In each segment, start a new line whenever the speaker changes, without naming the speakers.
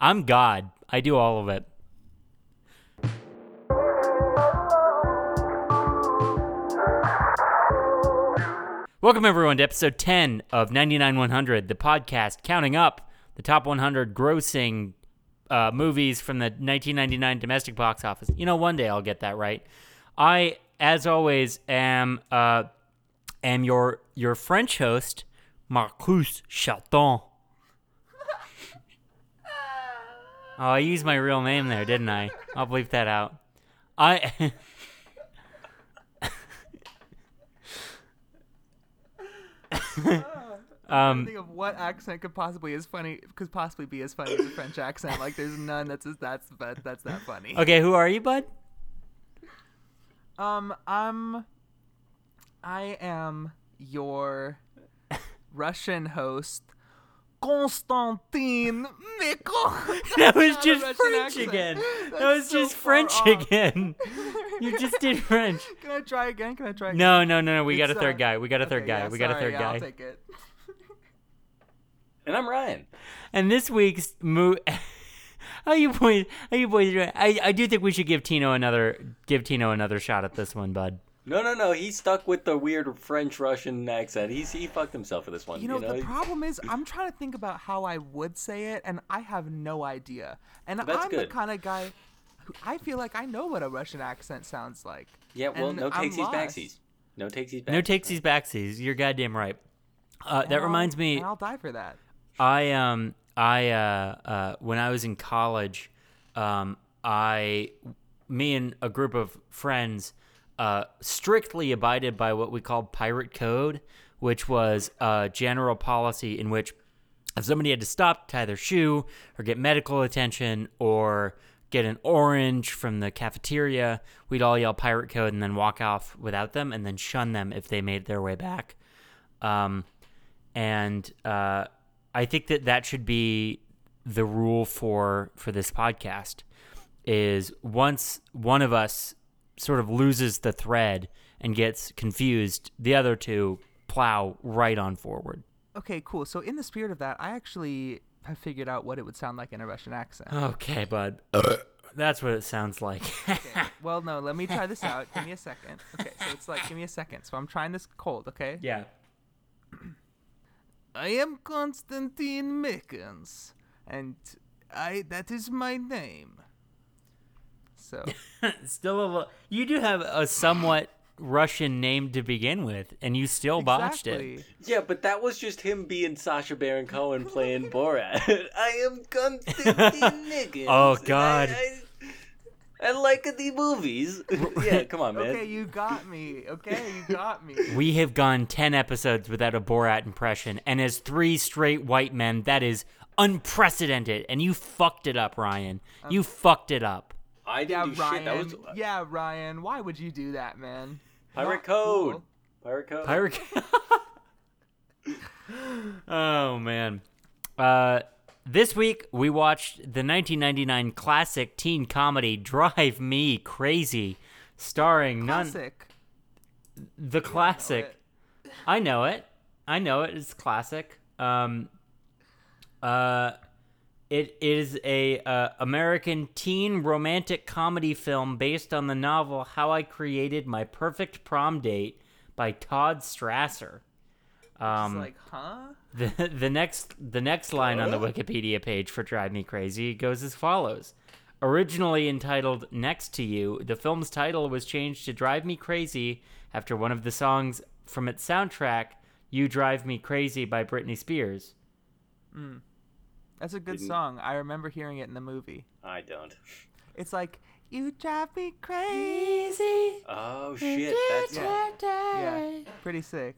I'm God. I do all of it. Welcome, everyone, to episode 10 of 99100, the podcast counting up the top 100 grossing uh, movies from the 1999 domestic box office. You know, one day I'll get that right. I, as always, am uh, am your your French host, Marcus Chaton. Oh, I used my real name there, didn't I? I'll bleep that out. I.
I think of what accent could possibly is funny could possibly be as funny as a French accent. Like there's none that's as, that's that, that's that funny.
Okay, who are you, bud?
Um, I'm, I am your Russian host, Konstantin Mikol.
That was
not a
just
Russian
French
accent.
again. That
That's
was
so
just
far
French
off.
again. You just did French.
Can I try again? Can I try? Again?
No, no, no, no. We got a
It's,
third
uh,
guy. We got a third
Okay,
guy.
yeah,
we got a
sorry,
third
yeah,
guy.
I'll take it.
And I'm Ryan.
And this week's mo How you boys? How you boys doing? I, I do think we should give Tino another give Tino another shot at this one, bud.
No, no, no. He stuck with the weird French Russian accent. He's he fucked himself for this one.
You know, the
he-
problem is I'm trying to think about how I would say it, and I have no idea. And
That's
I'm the
good.
kind of guy who I feel like I know what a Russian accent sounds like.
Yeah, well,
and
no
I'm
takesies,
lost.
backsies. No takesies, backsies.
No takesies backsies. You're goddamn right. Uh, that
And I'll-
reminds me.
And I'll die for that.
I um I uh, uh when I was in college, um I me and a group of friends uh strictly abided by what we called pirate code, which was a general policy in which if somebody had to stop to tie their shoe or get medical attention or get an orange from the cafeteria, we'd all yell pirate code and then walk off without them and then shun them if they made their way back. Um, and uh, I think that that should be the rule for for this podcast is once one of us sort of loses the thread and gets confused, the other two plow right on forward.
Okay, cool. So in the spirit of that, I actually have figured out what it would sound like in a Russian accent.
Okay, bud. That's what it sounds like.
well, no, let me try this out. Give me a second. Okay, so it's like, give me a second. So I'm trying this cold, okay?
yeah.
I am Konstantin Mikens, and I that is my name. So
Still a lo- you do have a somewhat Russian name to begin with and you still botched it.
Exactly.
Yeah, but that was just him being Sasha Baron Cohen playing Borat. I am Konstantin Niggins.
Oh, God.
I, I, I like the movies. yeah, come on, man.
Okay, you got me. Okay, you got me.
We have gone 10 episodes without a Borat impression, and as three straight white men, that is unprecedented. And you fucked it up, Ryan.
Um,
You fucked it up.
I
Yeah,
didn't do
Ryan.
shit. That was uh,
Yeah, Ryan. Why would you do that, man?
Pirate
Not
Code.
cool.
Pirate Code.
Pirate. oh, man. Uh, this week, we watched the 1999 classic teen comedy Drive Me Crazy, starring none.
Classic.
The classic.
it.
I know it. I know it. It's classic. Um, uh, it is a uh, American teen romantic comedy film based on the novel "How I Created My Perfect Prom Date" by Todd Strasser.
It's
Um,
like, huh?
the the next the next line on the Wikipedia page for Drive Me Crazy goes as follows. Originally entitled Next to You, the film's title was changed to Drive Me Crazy after one of the songs from its soundtrack, You Drive Me Crazy by Britney Spears.
That's a good
Didn't-
song. I remember hearing it in the movie.
I don't.
It's like you drive me crazy.
Oh shit. That's
Yeah. Yeah, pretty sick.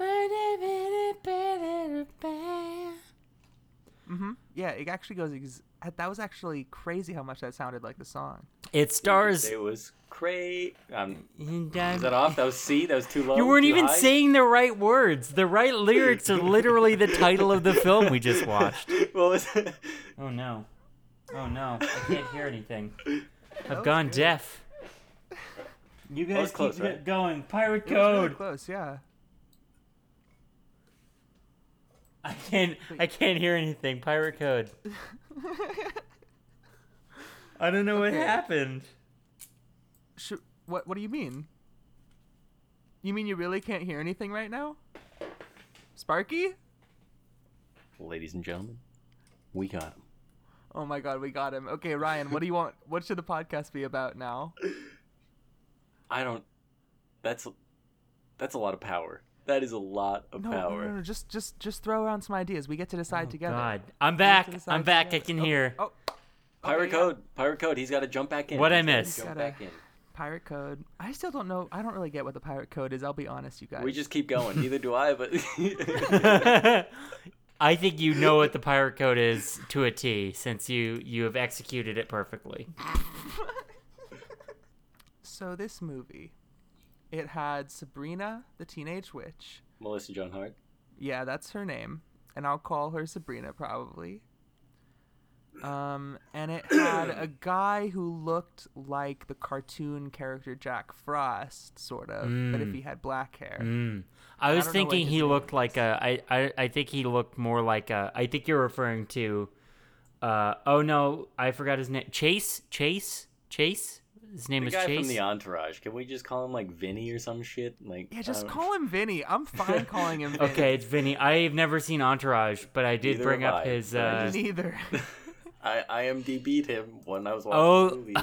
hmm Yeah, it actually goes. Ex- that was actually crazy how much that sounded like the song.
It stars
It was crazy. Um,
You
is that off? That was C. That was too low.
weren't
too
even
high?
saying the right words. The right lyrics are literally the title of the film we just watched.
What was it?
Oh no. Oh no. I can't hear anything. I've
was
gone
good.
deaf. You
was
guys
close,
keep
right?
going. Pirate
It was really
code.
close. Yeah.
I can't I can't hear anything. Pirate code. I don't know what happened.
Sh- what What do you mean? You mean you really can't hear anything right now? Sparky?
Ladies and gentlemen, we got him.
Oh my god, we got him. Okay, Ryan, what do you want? What should the podcast be about now?
I don't. That's that's a lot of power. That is a lot of
No, no,
power.
no, no, just just just throw around some ideas. We get to decide together.
Oh, God, I'm
We get
back.
to decide
I'm back. I
together.
can
Oh,
hear.
Oh,
Pirate
Okay, yeah.
code, pirate code. He's got to jump back in.
What'd I
He's gotta
miss?
Jump
Gotta-
back in.
pirate code. I still don't know. I don't really get what the pirate code is. I'll be honest, you guys.
We just keep going. Neither do I, but
I think you know what the pirate code is to a T, since you you have executed it perfectly.
So this movie, it had Sabrina the teenage witch.
Melissa Joan Hart.
Yeah, that's her name, and I'll call her Sabrina probably. Um, and it had a guy who looked like the cartoon character Jack Frost, sort of, but if he had black hair.
Mm. I was
don't know what
thinking
his
he
name
looked like a. I, I I think he looked more like a. I think you're referring to. Uh oh no, I forgot his name. Chase. Chase. Chase. His name
The
is
guy
Chase.
from the Entourage. Can we just call him like Vinny or some shit? Like
Yeah, just
I don't-
call him Vinny. I'm fine calling him Vinny.
Okay, it's Vinny. I've never seen Entourage, but I did
Neither
bring
have
up
I,
his.
but I
Uh,
Neither.
I IMDb'd him when I was watching
Oh.
the movie.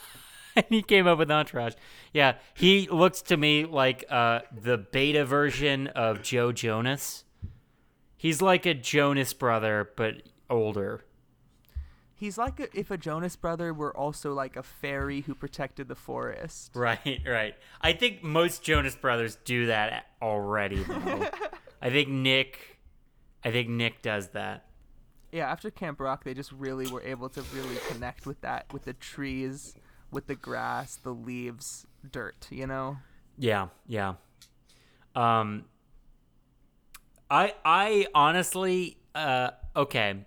and he came up with Entourage. Yeah, he looks to me like uh, the beta version of Joe Jonas. He's like a Jonas brother, but older.
He's like a, if a Jonas brother were also like a fairy who protected the forest.
Right, right. I think most Jonas brothers do that already. Though. I think Nick, I think Nick does that.
yeah after camp rock they just really were able to really connect with that with the trees with the grass the leaves dirt you know
Yeah, yeah. Um I I honestly uh okay,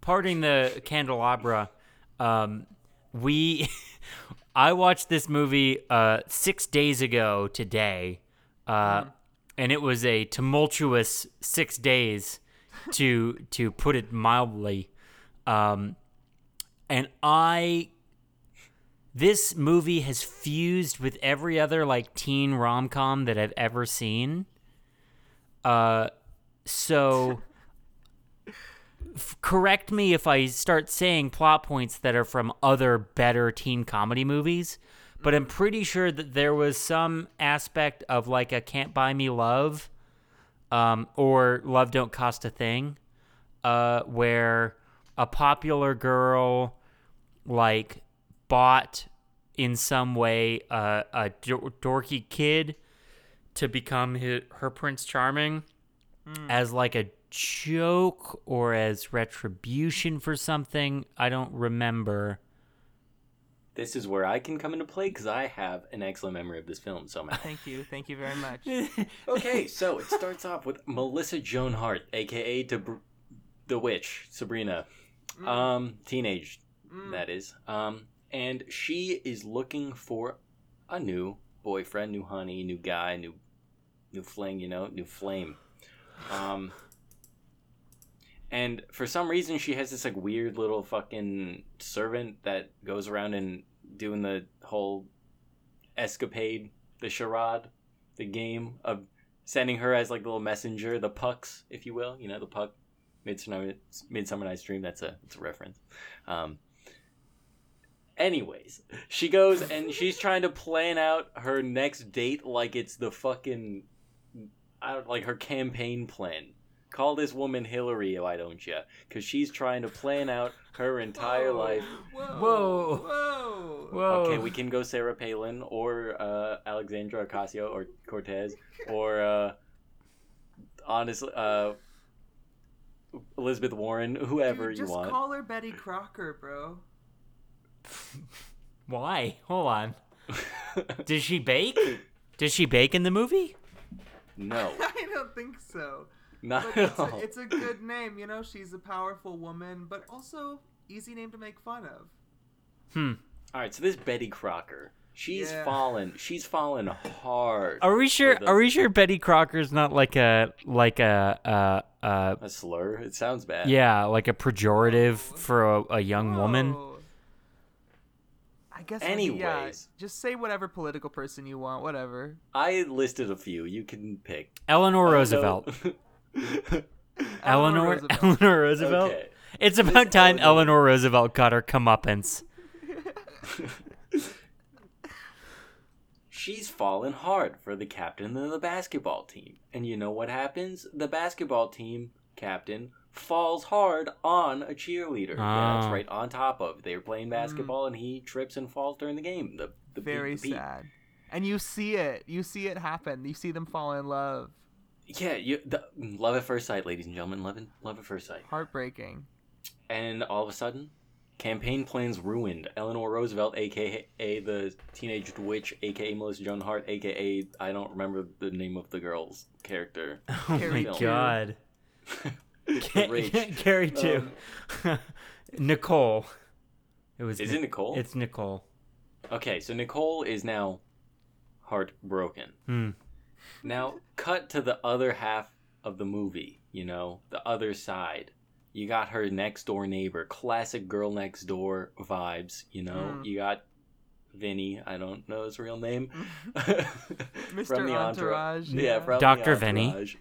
parting the candelabra, um we I watched this movie uh 6 days ago today. Uh and it was a tumultuous 6 days to to put it mildly. Um and I this movie has fused with every other like teen rom com that I've ever seen. Uh, so f- correct me if I start saying plot points that are from other better teen comedy movies, but I'm pretty sure that there was some aspect of like a Can't Buy Me Love, um, or Love Don't Cost a Thing, uh, where a popular girl like bought in some way uh, a do- dorky kid to become hi her prince charming as like a joke or as retribution for something i don't remember
This is where I can come into play because I have an excellent memory of this film somehow.
thank you thank you very much
okay, so it starts off with Melissa Joan Hart, aka Deb- the witch, Sabrina, um, teenage, that is, um, and she is looking for a new boyfriend, new honey, new guy, new, new fling, you know, new flame, um, and for some reason she has this like weird little fucking servant that goes around and doing the whole escapade, the charade the game of sending her as like the little messenger, the pucks, if you will. You know, the puck, Midsummer, Midsummer Night's Dream. That's a it's a reference. Um, anyways, she goes and she's trying to plan out her next date like it's the fucking, I don't like her campaign plan. Call this woman Hillary, why don't you? Because she's trying to plan out her entire
Oh.
life.
Whoa.
whoa
whoa
Okay, we can go Sarah Palin or uh, Alexandra Ocasio or Cortez or uh, honestly uh, Elizabeth Warren, whoever you want.
her betty crocker bro
why hold on did she bake did she bake in the movie
no,
i don't think so
not at all.
a good name you know she's a powerful woman but also easy name to make fun of
All right, so this Betty Crocker, she's
Yeah.
fallen. She's fallen hard.
are we sure
the-
are we sure betty crocker's not like a like a uh uh
a slur. It sounds bad.
yeah like a pejorative for a, a young woman
Whoa. I guess. yeah,
Anyways,
just say whatever political person you want, whatever.
I listed a few. You can pick.
Eleanor
Oh, no.
Roosevelt. Eleanor Eleanor Roosevelt.
Roosevelt.
okay.
It's about time Eleanor. Roosevelt got her comeuppance.
She's fallen hard for the captain of the basketball team. And you know what happens? The basketball team captain falls hard on a cheerleader. Yeah, that's
Ah.
right, on top of. They were
Mm.
playing basketball and he trips and falls during the game. The, the pe-
Very
the pe-
sad. And you see it. You see it happen. You see them fall in love.
Yeah, you, the, love at first sight, ladies and gentlemen. Love, in- love at first sight.
Heartbreaking.
And all of a sudden, campaign plans ruined. Eleanor Roosevelt, aka the teenage witch, aka Melissa Joan Hart, aka I don't remember the name of the girl's character.
Oh
Carrie
my
two.
god.
The rage.
Carrie too. Nicole. It was
Is it Nicole?
It's Nicole.
Okay, so Nicole is now heartbroken.
Hmm.
Now, cut to the other half of the movie, you know, the other side. You got her next door neighbor, classic girl next door vibes, you know.
Mm.
You got Vinny, I don't know his real name.
Mr. Entourage,
Yeah,
yeah.
from the
Dr. Vinny.
Entourage.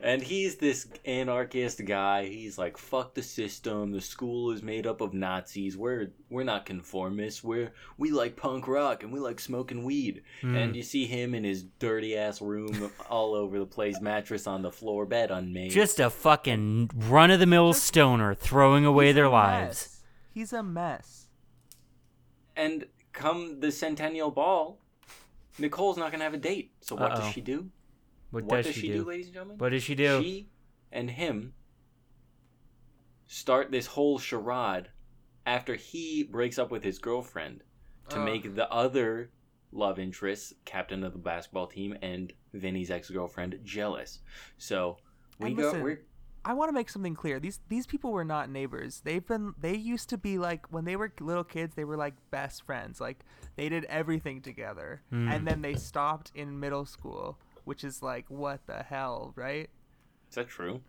And he's this anarchist guy. He's like, fuck the system. The school is made up of Nazis. We're we're not conformists. We're we like punk rock and we like smoking weed.
Hmm.
And you see him in his dirty ass room all over the place, mattress on the floor, bed unmade.
Just a fucking run of the mill
Just-
stoner throwing away
He's
their
a
lives.
mess. He's a mess.
and come the centennial ball, Nicole's not gonna have a date. So what
Uh-oh.
does she do?
What,
what
does, she, do?
ladies and gentlemen?
What does she do?
She and him start this whole charade after he breaks up with his girlfriend to
Ugh.
make the other love interest, captain of the basketball team, and Vinny's ex girlfriend jealous. So we
And
go.
listen,
We're,
I want to make something clear. These these people were not neighbors. They've been they used to be like when they were little kids, they were like best friends. Like they did everything together.
Hmm.
And then they stopped in middle school, which is like what the hell, right?
is that true?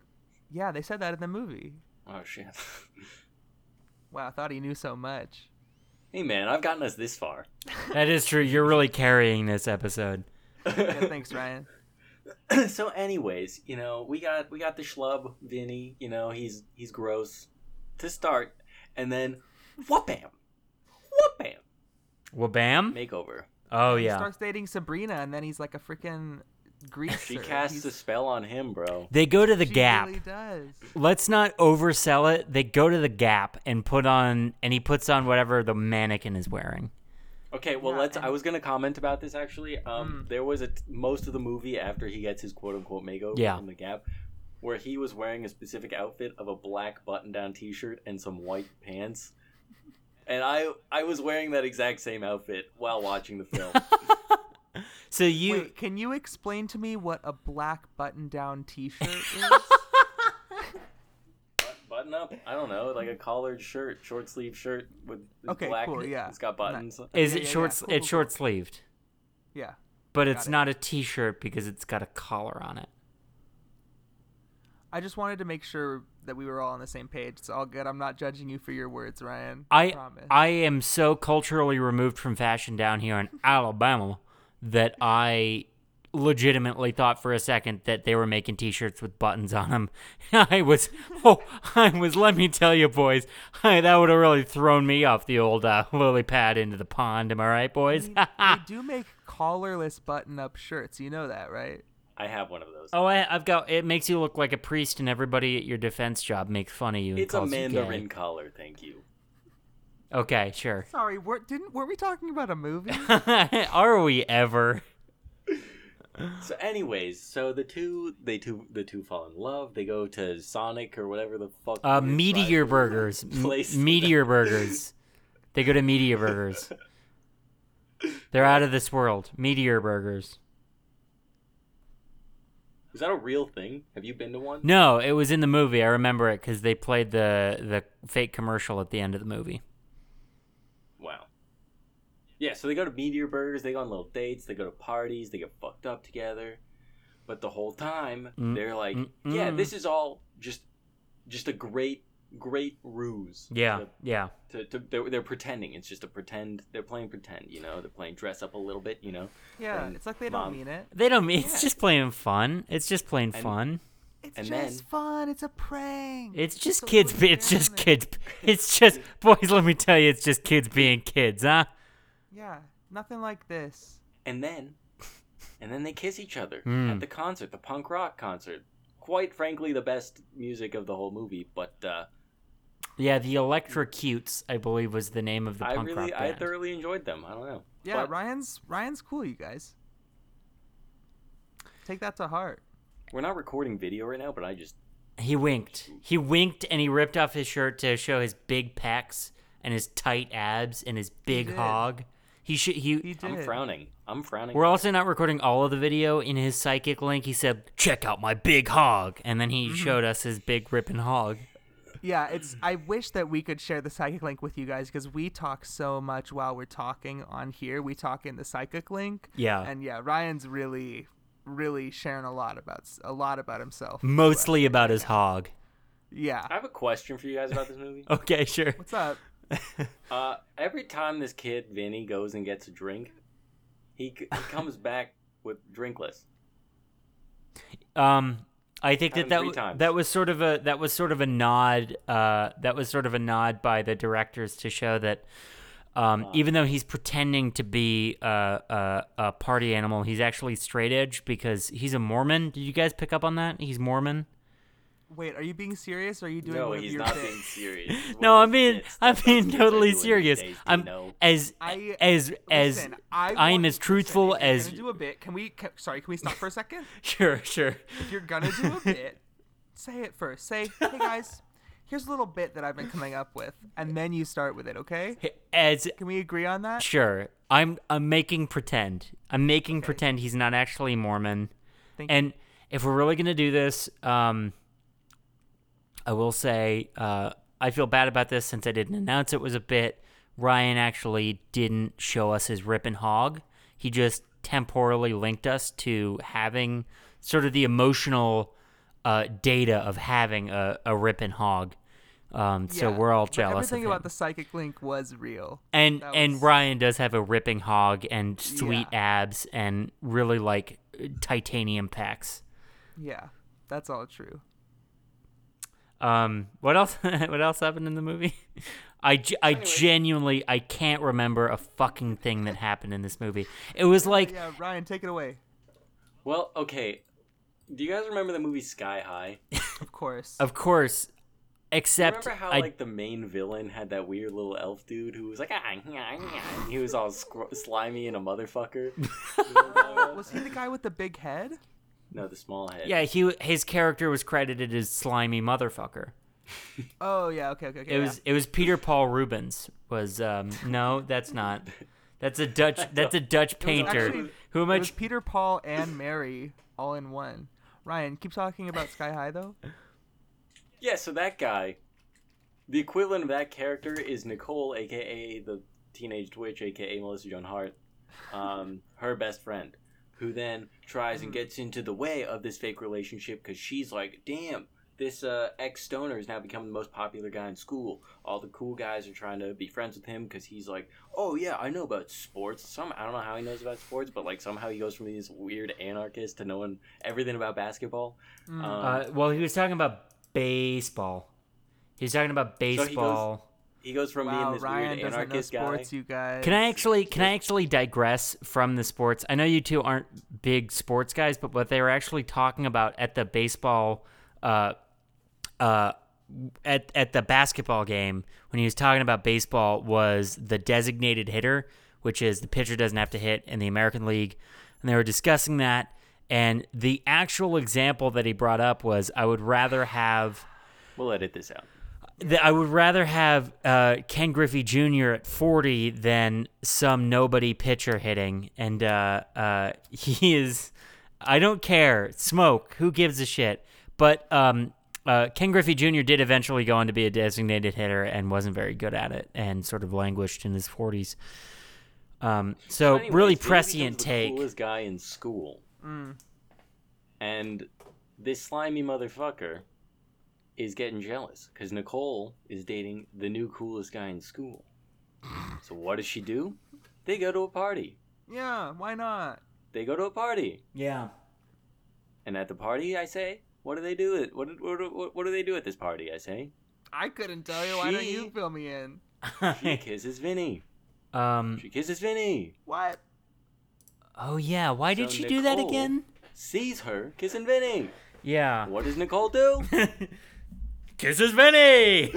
Yeah, they said that in the movie.
Oh shit!
Wow, I thought he knew so much.
hey man, I've gotten us this far.
that is true. You're really carrying this episode.
Yeah, thanks, Ryan.
so anyways you know we got we got the schlub vinny you know he's he's gross to start and then whoop bam whoop bam
Well, bam.
makeover
Oh
He
yeah.
starts dating Sabrina, and then he's like a freaking greaser.
she casts a
He's-
spell on him bro
They go to the
she
gap.
really does.
Let's not oversell it. They go to the gap and put on, and he puts on whatever the mannequin is wearing.
okay well
Yeah,
let's
and- Hmm.
i was gonna comment about this actually um there was a t- most of the movie after he gets his quote-unquote makeover
Yeah.
from the gap where he was wearing a specific outfit of a black button-down t-shirt and some white pants and i i was wearing that exact same outfit while watching the film
So you,
Wait, can you explain to me what a black button-down T-shirt is?
button up. I don't know, like a collared shirt, short sleeve shirt with with
Okay,
black.
cool, yeah.
it's got buttons.
is
yeah,
it
yeah,
short?
yeah. Cool, cool,
It's
cool.
short sleeved,
yeah.
but it's
it.
not a t-shirt because it's got a collar on it.
I just wanted to make sure that we were all on the same page. It's all good. I'm not judging you for your words, Ryan.
I
promise.
I am so culturally removed from fashion down here in Alabama that I legitimately thought for a second that they were making t-shirts with buttons on them. I was oh, I was let me tell you boys, I, that would have really thrown me off the old uh, lily pad into the pond, am I right boys?
they do make collarless button-up shirts. You know that, right?
I have one of those.
oh, I, I've got it makes you look like a priest and everybody at your defense job makes fun of you and
it's a
calls you gay.
mandarin collar. Thank you.
Okay, sure.
Sorry, were didn't weren't we talking about a movie?
Are we ever?
So, anyways, so the two they two the two fall in love. They go to Sonic or whatever the fuck.
Uh,
weird
Meteor
fries-
Burgers. M-
place.
Meteor Burgers. They go to Meteor Burgers. They're out of this world. Meteor Burgers.
Is that a real thing? Have you been to one?
No, it was in the movie. I remember it because they played the the fake commercial at the end of the movie.
Wow. Yeah, so they go to Meteor Burgers, they go on little dates, they go to parties, they get fucked up together. But the whole time,
Mm,
they're like,
mm,
yeah,
mm.
this is all just just a great great ruse.
Yeah.
To,
Yeah.
to, to- they're, they're pretending. It's just a pretend. They're playing pretend. You know, they're playing dress up a little bit. You know,
Yeah,
And
it's like they don't
mom.
mean it.
They don't mean it's just plain fun. It's just plain
And-
fun.
It's
And
just
then-
fun. It's a prank.
It's just
a
kids.
little
be- It's just
experiment.
kids. It's just boys. Let me tell you, it's just kids being kids, huh?
Yeah, nothing like this.
and then, and then they kiss each other
Hmm.
at the concert, the punk rock concert. Quite frankly, the best music of the whole movie. But uh,
Yeah, the Electrocutes, I believe, was the name of the
I
punk
really,
rock
I
band.
thoroughly enjoyed them. I don't know.
Yeah,
But
Ryan's Ryan's cool, you guys. Take that to heart.
We're not recording video right now, but I just
He winked. He winked and he ripped off his shirt to show his big pecs and his tight abs and his big
did.
hog. He should. He.
He did.
I'm frowning. I'm frowning.
We're also not recording all of the video. In his psychic link, he said, "Check out my big hog," and then he showed us his big ripping hog.
Yeah, it's. I wish that we could share the psychic link with you guys because we talk so much while we're talking on here. We talk in the psychic link.
Yeah.
And yeah, Ryan's really, really sharing a lot about s- a lot about himself.
Mostly about his hog.
Yeah.
I have a question for you guys about this movie.
Okay, sure.
What's up?
Uh, every time this kid Vinny goes and gets a drink, he, c- he comes back with drinkless.
Um, I think that
Happened
that,
three
w-
times.
that was sort of a that was sort of a nod. Uh, that was sort of a nod by the directors to show that um,
Uh-huh.
even though he's pretending to be a, a, a party animal, he's actually straight edge because he's a Mormon. Did you guys pick up on that? He's Mormon.
Wait, are you being serious? Or are you doing
no,
one of
he's
your
not
bits?
being serious. It's one
No,
of
I
those
mean,
bits
I
that those
mean
kids
totally
are doing
serious.
these days, they
I'm
know.
as
I-
as as
Listen, I,
I, am
want-
as truthful
listen, if you're
as
gonna do a bit. Can we? Can, sorry, can we stop for a second?
sure, sure.
If you're gonna do a bit, say it first. Say, hey guys, here's a little bit that I've been coming up with, and then you start with it. Okay?
As
Can we agree on that?
Sure. I'm I'm making pretend. I'm making pretend he's not actually Mormon.
Thank
and if we're really gonna do this, um, I will say uh, I feel bad about this since I didn't announce it was a bit. Ryan actually didn't show us his rip and hog. He just temporally linked us to having sort of the emotional uh, data of having a, a rip and hog. Um, so
Yeah,
we're all
but
jealous.
Everything
of him.
about the psychic link was real.
And
That
and
was-
Ryan does have a ripping hog and sweet
Yeah.
abs and really like titanium pecs.
Yeah, that's all true.
Um, what else? what else happened in the movie? I, ge- I genuinely I can't remember a fucking thing that happened in this movie. It was like
Yeah, Ryan, take it away.
Well, okay. Do you guys remember the movie Sky High?
Of course.
of course, except
remember how
I
like the main villain had that weird little elf dude who was like, ah, yeah, yeah," and he was all scr- slimy and a motherfucker.
was he the guy with the big head?
no, the small head.
yeah he his character was credited as slimy motherfucker.
Oh yeah, okay, okay, okay.
It
yeah.
was it was Peter Paul Rubens was um, no that's not that's a Dutch that's a Dutch painter.
actually-
Who am
It
I?
was
ch-
Peter, Paul, and Mary all in one. Ryan, keep talking about Sky High though.
Yeah, so that guy, the equivalent of that character is Nicole, aka the teenage witch, aka Melissa Joan Hart, um, her best friend, who then tries and gets into the way of this fake relationship because she's like, damn. This uh, ex stoner has now become the most popular guy in school. All the cool guys are trying to be friends with him because he's like, "Oh yeah, I know about sports. Some I don't know how he knows about sports, but like somehow he goes from being this weird anarchist to knowing everything about basketball."
Mm.
Um,
Uh, well, he was talking about baseball. He was talking about
he goes-
baseball.
he goes from being
wow,
this
Ryan
weird
doesn't know
anarchist guy.
sports, you guys.
can I actually can I actually digress from the sports? I know you two aren't big sports guys, but what they were actually talking about at the baseball, uh, uh, at at the basketball game when he was talking about baseball was the designated hitter, which is the pitcher doesn't have to hit in the American League, and they were discussing that. And the actual example that he brought up was, I would rather have.
We'll edit this out.
that I would rather have uh, Ken Griffey Jr. at 40 than some nobody pitcher hitting. And uh, uh, he is, I don't care. Smoke. Who gives a shit? But um, uh, Ken Griffey Jr. did eventually go on to be a designated hitter and wasn't very good at it and sort of languished in his 40s. Um, so,
Anyways,
really
Jimmy becomes
prescient
the
take.
Coolest guy in
Mm.
school. And this slimy motherfucker is getting jealous because Nicole is dating the new coolest guy in school. So what does she do? They go to a party.
Yeah, why not?
They go to a party,
Yeah.
and at the party, I say, "What do they do? At, what, what, what, what do they do at this party?" I say,
I couldn't tell you. Why don't you
She-
fill me in?
"She kisses Vinny.
um.
She kisses Vinny.
What?
Oh yeah. Why did
So
she do that
Nicole-
again?
Sees her kissing Vinny.
Yeah.
What does Nicole do?
Kisses Vinny.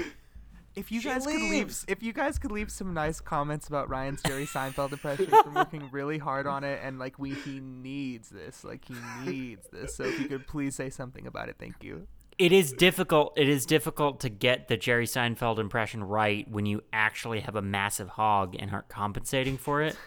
If you
She
guys could leave,
leaves.
if you guys could leave some nice comments about Ryan's Jerry Seinfeld impression, he's been working really hard on it, and like we, he needs this, like he needs this. So if you could please say something about it, thank you.
It is difficult. It is difficult to get the Jerry Seinfeld impression right when you actually have a massive hog and aren't compensating for it.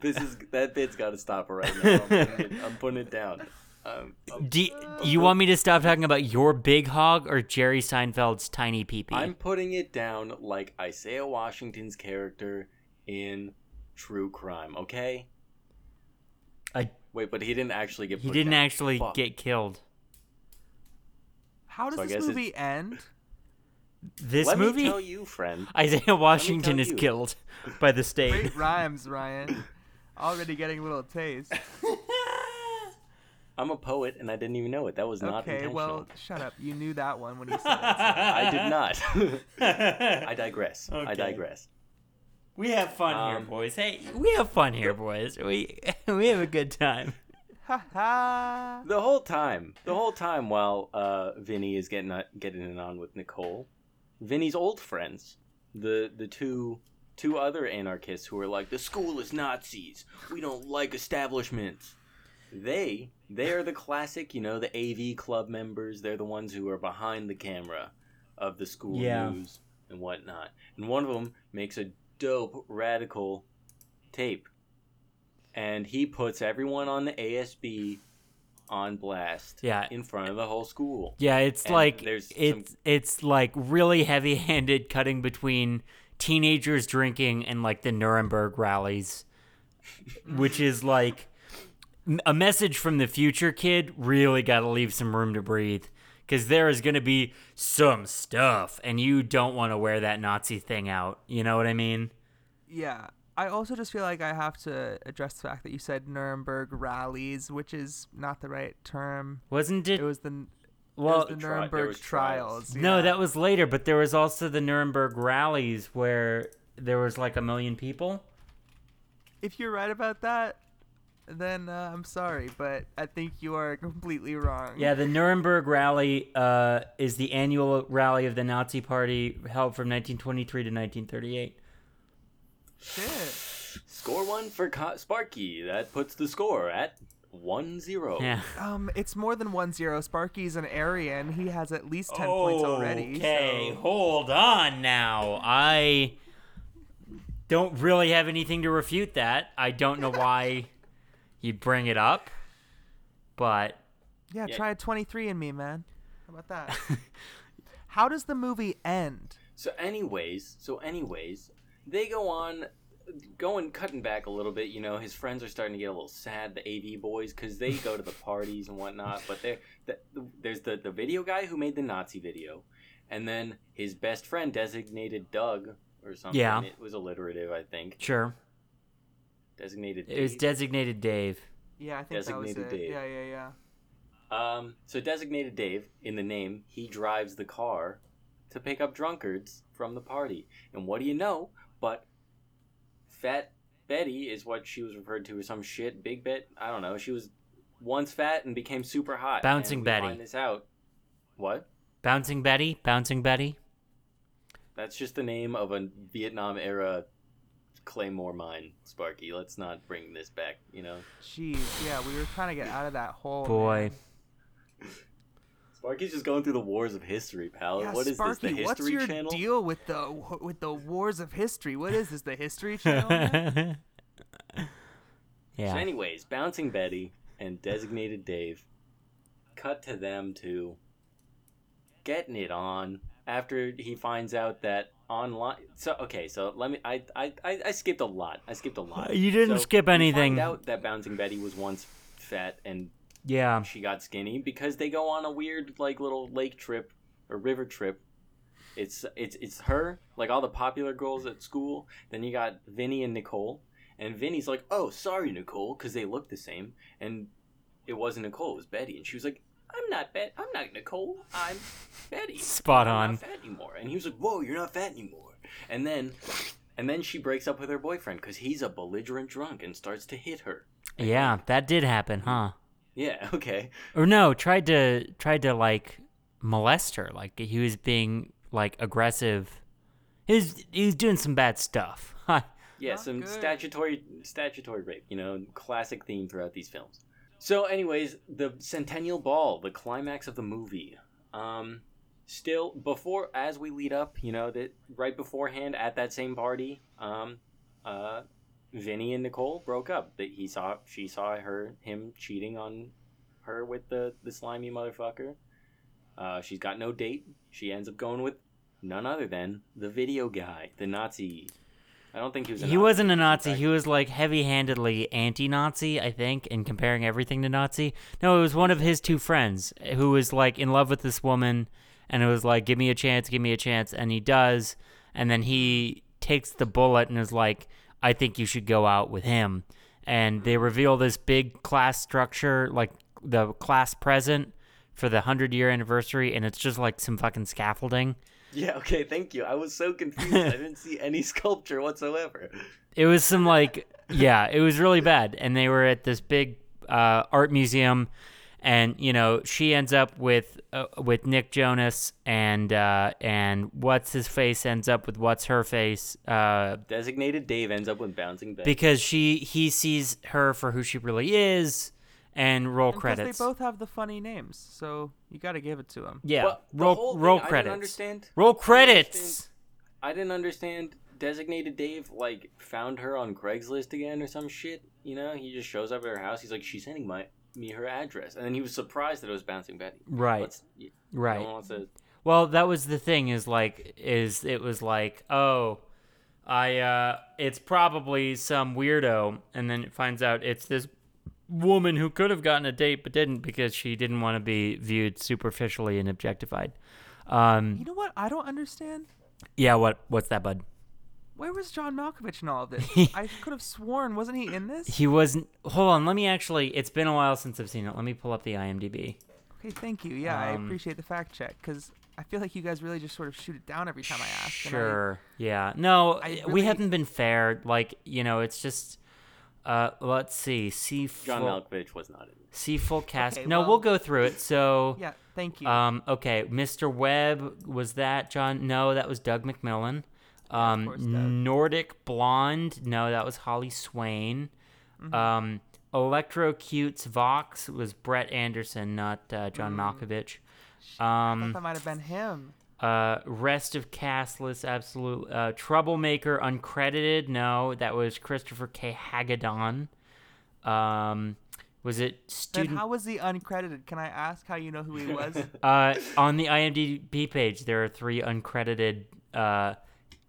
this is that bit's got to stop right now. I'm putting it, I'm putting it down. Um, I'm-
Do you want me to stop talking about your big hog or Jerry Seinfeld's tiny peepee?
I'm putting it down like Isaiah Washington's character in True Crime. Okay.
I-
Wait, but he didn't actually get.
he
put
didn't
down.
actually
Fuck.
get killed.
How does
So I guess
this
it's-
movie end?
This
Let
movie,
me tell you, friend.
Isaiah Washington
tell
is
you.
killed by the state.
Great rhymes, Ryan. Already getting a little taste.
I'm a poet, and I didn't even know it. That was not
Okay,
intentional.
well, shut up. You knew that one when you said it.
I did not. I digress. I
Okay.
digress.
We have fun
Um,
here, boys. Hey, we have fun here, boys. We we have a good time.
Ha ha.
The whole time, the whole time, while uh, Vinny is getting getting it on with Nicole, Vinny's old friends, the the two two other anarchists who are like the school is Nazis. We don't like establishments. They they are the classic, you know, the AV club members. They're the ones who are behind the camera of the school
Yeah.
news and whatnot. And one of them makes a dope radical tape, and he puts everyone on the ASB on blast
Yeah.
in front of the whole school.
Yeah, it's
And
like
there's some-
it's it's like really heavy-handed cutting between teenagers drinking and like the Nuremberg rallies, which is like m- a message from the future kid really got to leave some room to breathe cuz there is going to be some stuff and you don't want to wear that Nazi thing out. You know what I mean?
Yeah. I also just feel like I have to address the fact that you said Nuremberg rallies, which is not the right term.
Wasn't it,
It was the,
well
it was the
tri- there
Nuremberg
was
trials.
trials.
No,
yeah.
that was later, but there was also the Nuremberg rallies where there was like a million people.
If you're right about that, then uh, I'm sorry, but I think you are completely wrong.
Yeah, the Nuremberg rally uh, is the annual rally of the Nazi Party held from 1923 to 1938.
Shit.
Score one for Co- Sparky. That puts the score at 1 0.
Yeah.
Um, it's more than one zero. Sparky's an Aryan. He has at least 10 points already.
Okay,
so-
hold on now. I don't really have anything to refute that. I don't know why you'd bring it up, but
Yeah,
Yeah.
try a 23 and me, man. How about that? How does the movie end?
So, anyways, so, anyways, they go on going cutting back a little bit you know his friends are starting to get a little sad the av boys because they go to the parties and whatnot but they're, the, there's the, the video guy who made the nazi video and then his best friend designated doug or something
Yeah.
it was alliterative i think
sure.
designated
It was
Dave.
designated Dave.
Yeah, I think that was
Designated
it.
Dave.
Yeah, yeah, yeah.
Um, so designated Dave in the name, he drives the car to pick up drunkards from the party. And what do you know? But Fat Betty is what she was referred to as some shit. Big Bet, I don't know. She was once fat and became super hot.
Bouncing
and we
Betty.
Find this out. What?
Bouncing Betty? Bouncing Betty?
That's just the name of a Vietnam era claymore mine, Sparky. Let's not bring this back. You know,
Jeez, yeah, we were trying to get out of that hole.
Boy.
Oh, man.
Sparky's just going through the wars of history, pal.
Yeah,
Uh, what is
Sparky,
this? The
what's
History
your
Channel?
deal with the with the wars of history? What is this? The History Channel? man?
yeah.
So, anyways, bouncing Betty and designated Dave cut to them to getting it on after he finds out that online. So okay, so let me. I I I, I skipped a lot. I skipped a lot.
You didn't
So
skip
we find
anything.
out that bouncing Betty was once fat and
yeah.
she got skinny because they go on a weird like little lake trip or River Trip. It's it's it's her, like all the popular girls at school. Then you got Vinny and Nicole, and Vinny's like, "Oh, sorry, Nicole," because they look the same, and it wasn't Nicole, it was Betty, and she was like, "I'm not Bet, I'm not Nicole, I'm Betty."
Spot
I'm
on.
Not fat anymore, and he was like, "Whoa, you're not fat anymore." And then, and then she breaks up with her boyfriend because he's a belligerent drunk and starts to hit her.
Yeah, that did happen, huh?
Yeah, okay.
Or no, tried to tried to like molest her. Like he was being like aggressive. He was he was doing some bad stuff. Huh.
Yeah,
Not
some
good.
statutory statutory rape, you know, classic theme throughout these films. So anyways, the Centennial Ball, the climax of the movie. Um still before as we lead up, you know, that right beforehand at that same party, um uh Vinny and Nicole broke up. That he saw she saw her him cheating on her with the the slimy motherfucker. Uh she's got no date. She ends up going with none other than the video guy, the Nazi. I don't think he was a
he
Nazi.
wasn't a
In
Nazi.
fact,
He was like heavy-handedly anti-Nazi, I think, and comparing everything to Nazi. No, it was one of his two friends who was like in love with this woman, and it was like, "Give me a chance, give me a chance," and he does, and then he takes the bullet and is like, "I think you should go out with him," and
Hmm.
they reveal this big class structure, like the class present for the hundred-year anniversary, and it's just like some fucking scaffolding.
Yeah, okay, thank you. I was so confused. I didn't see any sculpture whatsoever.
It was some like yeah, it was really bad. And they were at this big uh, art museum, and you know she ends up with uh, with Nick Jonas and uh, and what's his face ends up with what's her face uh,
Designated Dave ends up with bouncing back.
because she he sees her for who she really is, and roll
And 'cause
credits.
They both have the funny names, so you got to give it to them.
yeah,
Well, the
roll
whole thing,
roll
I didn't
credits.
understand.
Roll
I didn't understand.
credits.
I didn't understand Designated Dave like found her on Craigslist again or some shit. You know, he just shows up at her house. He's like, "She's sending my me her address," and then he was surprised that it was bouncing Betty.
Right.
Let's- y-
Right.
No one wants to.
Well, that was the thing is like is it was like, oh, I uh it's probably some weirdo and then it finds out it's this woman who could have gotten a date but didn't because she didn't want to be viewed superficially and objectified. Um
You know what? I don't understand.
yeah, what what's that bud?
Where was John Malkovich in all of this? I could have sworn, wasn't he in this?
He wasn't Hold on, let me actually it's been a while since I've seen it. Let me pull up the IMDb.
Okay, thank you. Yeah, I
Um,
appreciate the fact check because I feel like you guys really just sort of shoot it down every time I ask. and I-
Sure. yeah. No,
I
we
really-
haven't been fair. Like, you know, it's just uh let's see. See
John
full-
Malkovich was not in. it.
See full cast.
Okay,
no,
well-
we'll go through it. So,
yeah, thank you.
um, okay, Mr. Webb was that John? No, that was Doug McMillan. Um,
course, Doug.
Nordic Blonde. No, that was Holly Swain.
Mm-hmm.
Um, Electrocutes Vox was Brett Anderson, not uh, John
Mm.
Malkovich.
I
Um,
thought that might have been him.
uh, rest of cast list, absolute uh, troublemaker, uncredited. No, that was Christopher K. Hagedon. Um, was it student?
Then how was he uncredited? Can I ask how you know who he was?
Uh, on the IMDb page, there are three uncredited. Uh,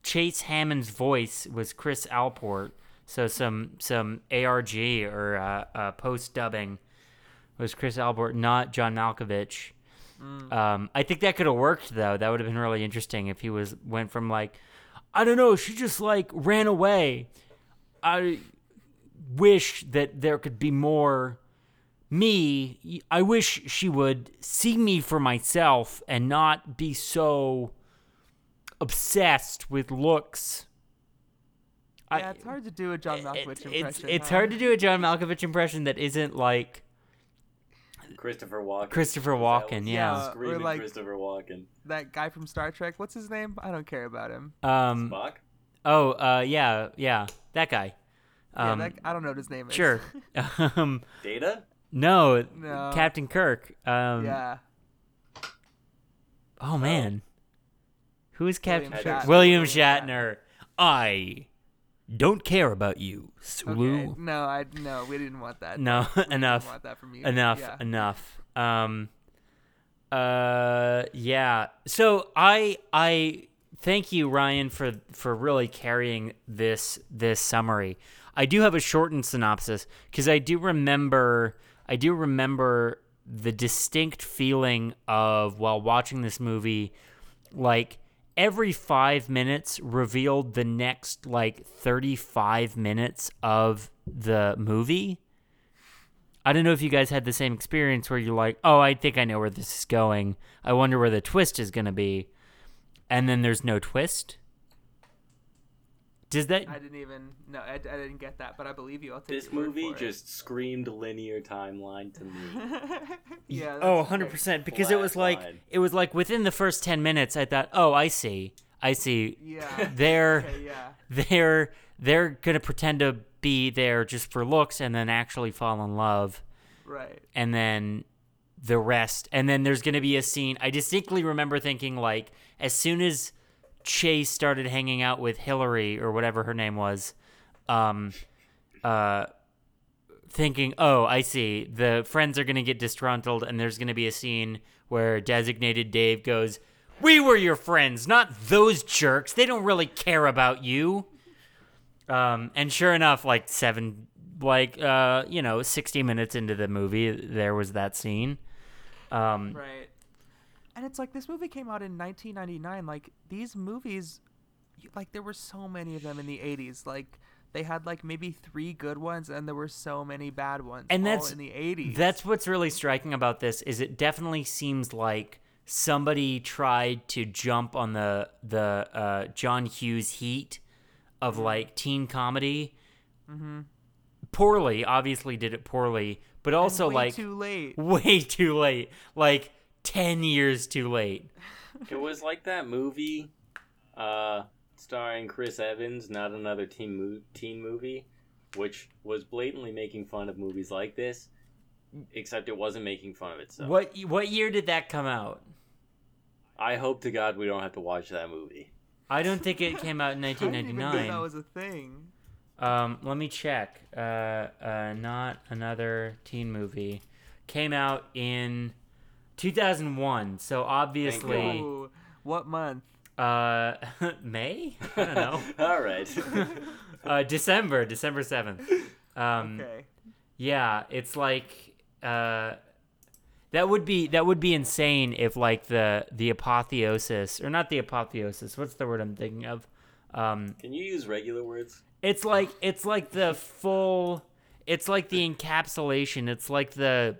Chase Hammond's voice was Chris Alport, so some some ARG or uh, uh, post dubbing was Chris Alport, not John Malkovich.
Mm.
Um, I think that could have worked though. That would have been really interesting if he was went from like, I don't know, she just like ran away. I wish that there could be more me, I wish she would see me for myself and not be so obsessed with looks. I-
yeah, it's hard to do a John
it-
Malkovich impression.
it's, it's
huh?
hard to do a John Malkovich impression that isn't like
Christopher Walken.
Christopher
Was that
Walken.
what-
Yeah.
Yeah.
Screaming
Or, like-
Christopher Walken.
That guy from Star Trek. What's his name? I don't care about him.
Um.
Spock.
Oh. Uh. Yeah. Yeah. That guy.
Yeah,
Um.
that, I don't know what his name is.
Sure. um.
Data.
No,
No.
Captain Kirk. Um.
yeah.
Oh man, who is Captain
William
Kirk?
Shatner.
William
William
Shatner. I don't care about you, Sulu.
Okay. No, I no, we didn't want that.
No,
I
enough,
want that from you.
enough,
Yeah.
enough. Um, uh, yeah. So I, I thank you, Ryan, for for really carrying this this summary. I do have a shortened synopsis because I do remember, I do remember the distinct feeling of while watching this movie, like every five minutes revealed the next like 35 minutes of the movie. I don't know if you guys had the same experience where you're like, oh, I think I know where this is going. I wonder where the twist is going to be. And then there's no twist. Does that.
I didn't even no, I, I didn't get that, but I believe you. I'll take
This
your word
movie
for it.
just screamed linear timeline to me.
yeah. that's
Oh,
okay.
100%. Because it was like,
line.
it was like within the first 10 minutes, I thought, oh, I see. I see.
Yeah.
They're.
okay, yeah.
they're they're gonna pretend to be there just for looks and then actually fall in love
Right.
and then the rest and then there's gonna be a scene i distinctly remember thinking like as soon as chase started hanging out with hillary or whatever her name was um uh thinking oh i see the friends are gonna get disgruntled and there's gonna be a scene where designated dave goes we were your friends not those jerks they don't really care about you um, and sure enough, like seven, like uh, you know, sixty minutes into the movie, there was that scene. Um,
Right. And it's like this movie came out in 1999. Like these movies, y- like there were so many of them in the 80s. Like they had like maybe three good ones, and there were so many bad ones.
And
all
that's-
in the 80s.
That's what's really striking about this is it definitely seems like somebody tried to jump on the the uh, John Hughes heat of
Mm-hmm.
like teen comedy. Poorly, obviously, did it poorly, but
And
also
way
like
too late.
way too late, like ten years too late.
it was like that movie uh, starring Chris Evans, not another teen, mo- teen movie, which was blatantly making fun of movies like this, except it wasn't making fun of itself.
What what year did that come out?
I hope to God we don't have to watch that movie.
I don't think it came out in
I didn't even know
1999.
that was a thing.
um, let me check. Uh, uh, not another teen movie. Came out in 2001. So obviously,
Ooh, what month?
uh, May? I don't know.
All right.
uh, December, December 7th. Um,
Okay.
Yeah, it's like uh, that would be that would be insane if like the the apotheosis or not the apotheosis. What's the word I'm thinking of? Um,
Can you use regular words?
It's like it's like the full. It's like the encapsulation. It's like the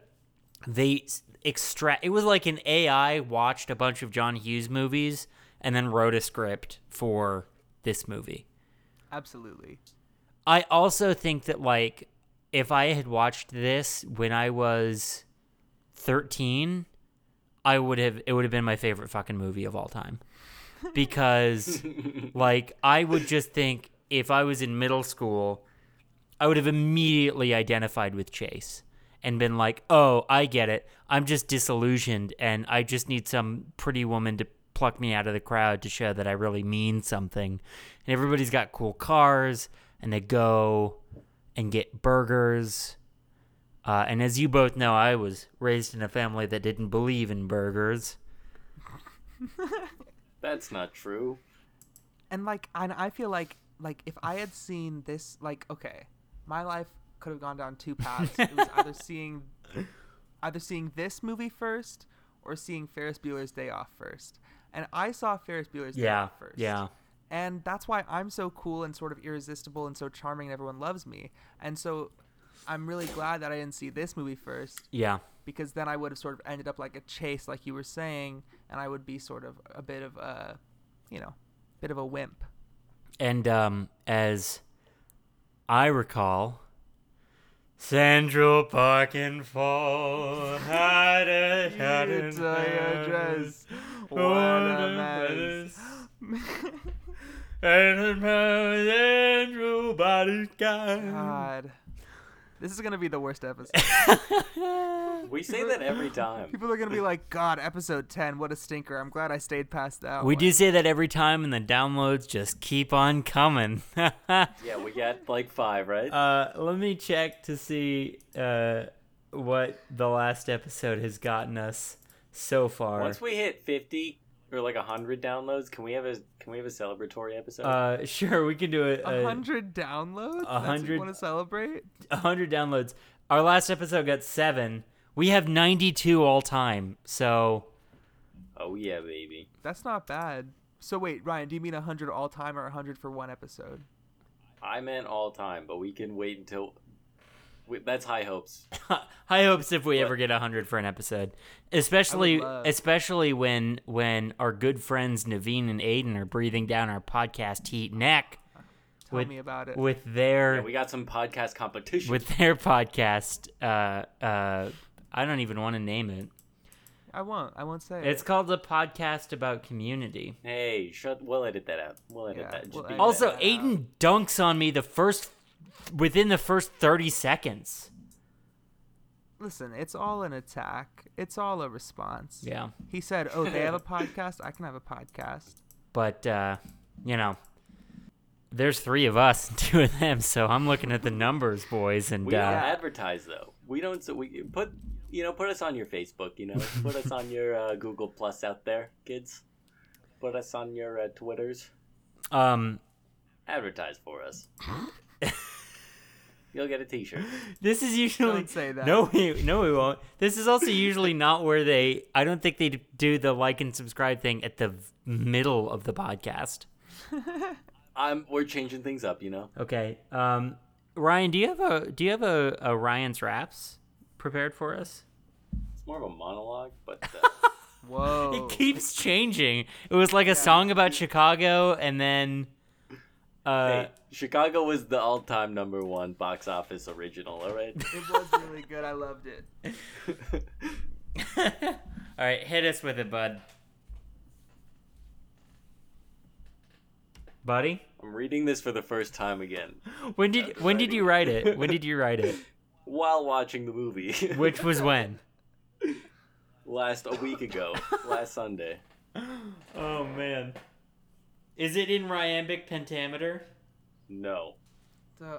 they s- extract. It was like an AI watched a bunch of John Hughes movies and then wrote a script for this movie.
Absolutely.
I also think that like if I had watched this when I was thirteen, I would have it would have been my favorite fucking movie of all time. Because like I would just think if I was in middle school, I would have immediately identified with Chase and been like, "Oh, I get it. I'm just disillusioned and I just need some pretty woman to pluck me out of the crowd to show that I really mean something." And everybody's got cool cars and they go and get burgers. Uh, and as you both know, I was raised in a family that didn't believe in burgers.
That's not true.
and like and i feel like like if i had seen this like okay my life could have gone down two paths it was either seeing either seeing this movie first or seeing ferris bueller's day off first and i saw ferris bueller's day
Yeah.
off first
Yeah.
and that's why i'm so cool and sort of irresistible and so charming and everyone loves me and so i'm really glad that i didn't see this movie first
Yeah.
because then I would have sort of ended up like a chase, like you were saying, and I would be sort of a bit of a, you know, bit of a wimp.
And um, as I recall, Central Park in fall had a
It's a uh, dress. What a mess.
And Andrew body
God, this is gonna be the worst episode.
We say that every time.
People are gonna be like, God, episode ten, what a stinker. I'm glad I stayed past that.
We
one."
do say that every time, and the downloads just keep on coming.
Yeah, we got like five, right?
Uh, let me check to see uh, what the last episode has gotten us so far.
Once we hit fifty or like hundred downloads, can we have a can we have a celebratory episode?
uh, sure, we can do it. uh,
A hundred downloads. That's what you
hundred-
want to celebrate?
100 downloads. Our last episode got seven. We have 92 all time. So
Oh yeah, baby.
That's not bad. So wait, Ryan, do you mean 100 all time or 100 for one episode?
I meant all time, but we can wait until. We, that's high hopes.
high hopes if we ever get 100 for an episode. Especially
love-
especially when when our good friends Naveen and Aiden are breathing down our podcast heat neck
Tell
With-
me about it.
with their
Yeah, we got some podcast competition.
with their podcast uh uh I don't even want to name it.
I won't. I won't say
It's
it.
called the podcast about community.
hey, shut. We'll edit that out. We'll edit
Yeah,
that. Just
we'll
leave it
edit
at
Also,
that.
Aiden dunks on me the first within the first 30 seconds.
Listen, it's all an attack. It's all a response.
Yeah.
He said, "Oh, they have a podcast. I can have a podcast."
But uh, you know, there's three of us and two of them, so I'm looking at the numbers, boys, and
we don't
uh,
advertise though. We don't. So we put you know put us on your Facebook. You know, put us on your uh, Google Plus out there, kids. Put us on your uh, Twitters.
um
Advertise for us. You'll get a T-shirt.
this is usually
Don't say that.
No, we no we won't. This is also usually not where they. I don't think they do the like and subscribe thing at the v- middle of the podcast.
I'm. We're changing things up. You know.
Okay, um, Ryan, do you have a do you have a, a Ryan's raps prepared for us?
It's more of a monologue, but uh,
Whoa.
It keeps changing. It was like a song about Chicago, and then. Uh,
hey, Chicago was the all-time number one box office original. All right.
it was really good. I loved it.
All right, hit us with it, bud. Buddy,
I'm reading this for the first time again
when did when did you write it? When did you write it?
while watching the movie,
Which was when?
last a week ago, last Sunday.
Oh man, is it in rhythmic pentameter?
No.
Duh.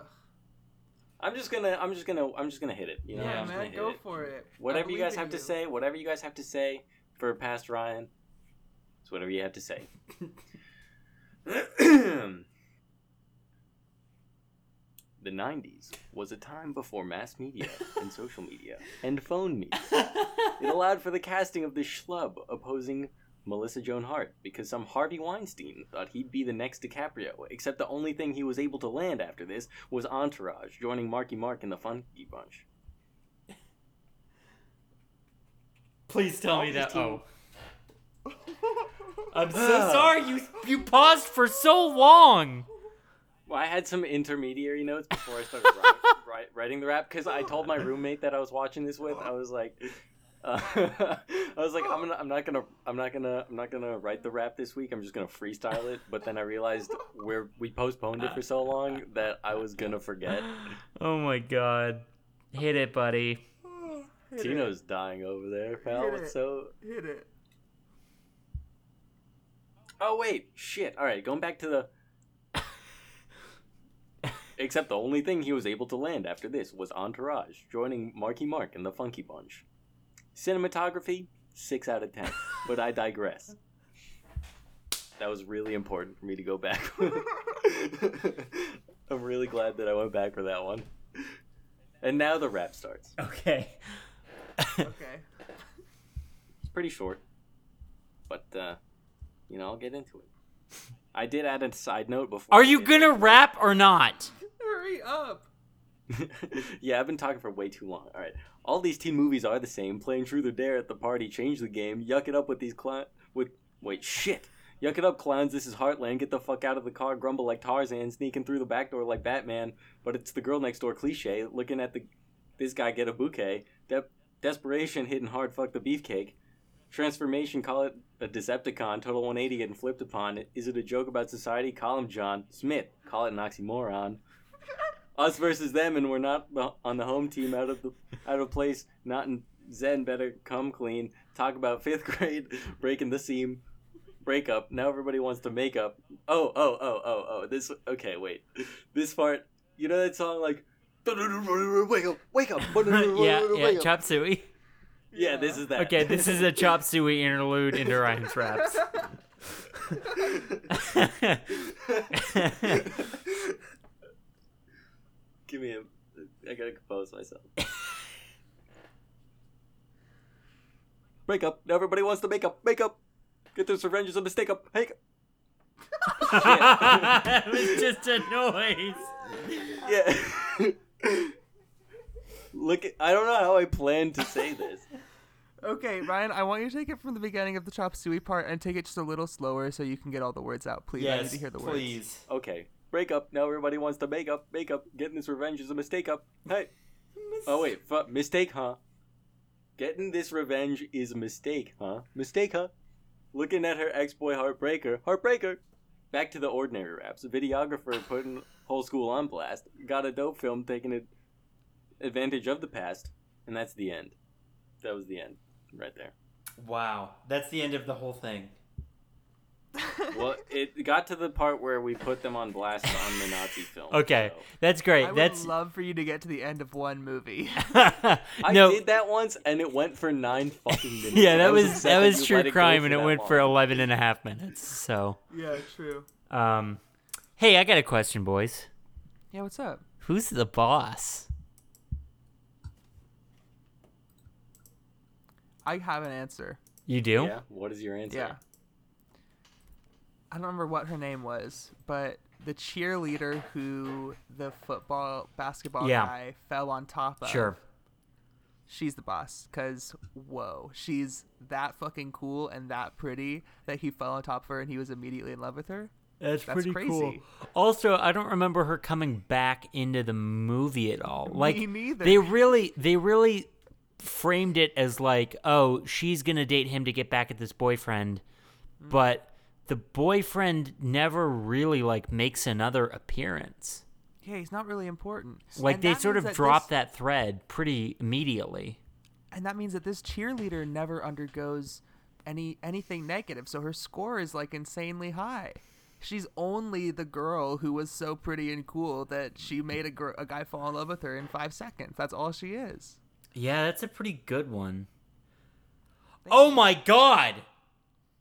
I'm just gonna, I'm just gonna, I'm just gonna hit it. You know,
Yeah,
Yeah,
I'm just gonna
man,
hit
go
it.
for it. I
Whatever you
believe
guys
in
have to
you.
say, whatever you guys have to say for past Ryan, it's whatever you have to say. the 90s was a time before mass media and social media and phone media. It allowed for the casting of the schlub opposing Melissa Joan Hart because some Harvey Weinstein thought he'd be the next DiCaprio, except the only thing he was able to land after this was Entourage, joining Marky Mark and the Funky Bunch.
Please tell me that.
Just
Oh, I'm so sorry. You you paused for so long.
Well, I had some intermediary notes before I started write, write, writing the rap because I told my roommate that I was watching this with. I was like, uh, I was like, I'm gonna, I'm not gonna, I'm not gonna, I'm not gonna write the rap this week. I'm just gonna freestyle it. But then I realized we're we postponed it for so long that I was gonna forget.
Oh my god, hit it, buddy.
Hit it.
Tino's dying over there, pal. It's so.
Hit it.
Oh wait, shit. All right, going back to the. Except the only thing he was able to land after this was Entourage, joining Marky Mark and the Funky Bunch. Cinematography, six out of ten. but I digress. That was really important for me to go back. I'm really glad that I went back for that one. And now the rap starts.
Oh. Okay.
Okay.
It's pretty short, but uh, you know I'll get into it. I did add a side note before.
Are
I
you
did-
gonna rap or not?
Hurry up.
yeah, I've been talking for way too long. All right, all these teen movies are the same. Playing Truth or Dare at the party, change the game, yuck it up with these clown with wait shit, yuck it up clowns. This is Heartland. Get the fuck out of the car. Grumble like Tarzan, sneaking through the back door like Batman. But it's the girl next door cliche. Looking at the this guy get a bouquet. De- desperation hitting hard. Fuck the beefcake. Transformation, call it a Decepticon, total 180 getting flipped upon. Is it a joke about society? Call him John Smith. Call it an oxymoron us versus them, and we're not the- on the home team out of the out of place. Not in Zen. Better come clean. Talk about fifth grade breaking the seam, breakup. Now everybody wants to make up. Oh oh oh oh oh. This okay. Wait, this part. You know that song like. Wake up! Wake up!
yeah, yeah,
Wake up.
chop suey.
Yeah, this is that.
Okay, this is a chop suey interlude into Ryan's raps.
Give me a. I gotta compose myself. makeup. Everybody wants the makeup, makeup. Get this revenge is a mistake up, makeup.
it was just a noise.
Yeah. Look, at, I don't know how I planned to say this.
Okay, Ryan, I want you to take it from the beginning of the chop suey part and take it just a little slower so you can get all the words out, please. I need
Yes,
to hear the words.
please.
Okay, breakup. Now everybody wants to make up, make up. Getting this revenge is a mistake up. Hey. Oh wait, fu- mistake, huh? Getting this revenge is a mistake, huh? Mistake, huh? Looking at her ex-boy heartbreaker, heartbreaker. Back to the ordinary raps. videographer putting whole school on blast. Got a dope film taking ad- advantage of the past, and that's the end. That was the end, right there.
Wow, that's the end of the whole thing.
Well, it got to the part where we put them on blast on the Nazi film.
Okay,
so.
that's great.
I would
that's
love for you to get to the end of one movie.
I
no.
did that once, and it went for nine fucking minutes.
yeah,
And I
that was
upset
that was
you let
true
go
crime,
for
and it
that
went for
long.
11 and a half minutes. So,
yeah, true.
um, hey, I got a question, boys.
Yeah, what's up?
Who's the boss?
I have an answer.
You do?
Yeah. What is your answer?
Yeah. I don't remember what her name was, but the cheerleader who the football basketball
Yeah.
guy fell on top of.
Sure.
She's the boss cuz whoa, she's that fucking cool and that pretty that he fell on top of her and he was immediately in love with her.
That's,
That's pretty cool. crazy.
Also, I don't remember her coming back into the movie at all. Like
neither.
they really they really framed it as like, oh, she's gonna date him to get back at this boyfriend,
Mm.
but the boyfriend never really like makes another appearance.
Yeah, he's not really important.
Like
And
they
that
sort
means
of drop
this-
that thread pretty immediately.
and that means that this cheerleader never undergoes any anything negative so her score is like insanely high she's only the girl who was so pretty and cool that she made a, gr- a guy fall in love with her in five seconds that's all she is
Yeah, that's a pretty good one. Oh my god!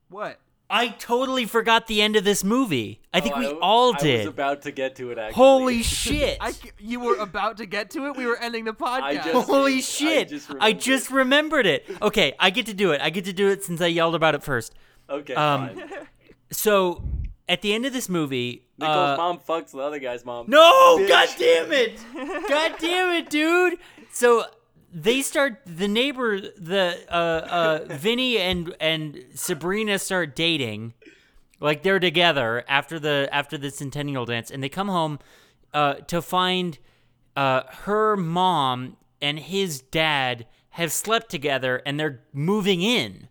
what
I totally forgot the end of this movie. I think
Oh,
we
w-
all
I
did.
was about to get to it. Actually.
Holy shit!
I c- you were about to get to it we were ending the
I
podcast
just-
Holy
I
shit! I
just
just, remembered
remembered.
it. Okay, I get to do it. I get to do it since I yelled about it first.
Okay.
Um,
fine. Nicole's
So, at the end of this movie, uh,
mom fucks the other guy's mom.
no,
Um, Bitch.
god damn it, god damn it, dude. So they start the neighbor, the uh, uh, Vinny and and Sabrina start dating, like they're together after the after the centennial dance, and they come home uh, to find uh, her mom and his dad have slept together, and they're moving in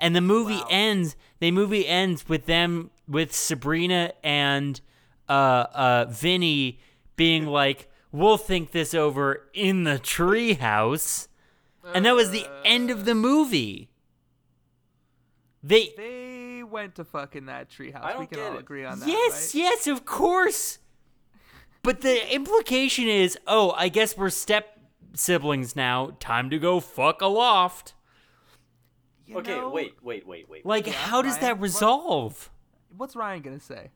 and the movie ends the movie ends with them with sabrina and uh uh vinny being like we'll think this over in the treehouse and that was the end of
Uh,
the movie they
they went to fuck in that treehouse
I
we
don't
can
get
all
it.
agree on that
yes
right?
yes of course but the implication is oh i guess we're step siblings now time to go fuck aloft
You
Okay.
know-
Wait. Wait. Wait. Wait.
like
Yeah,
how does
Ryan,
that
what-
resolve
what's ryan gonna say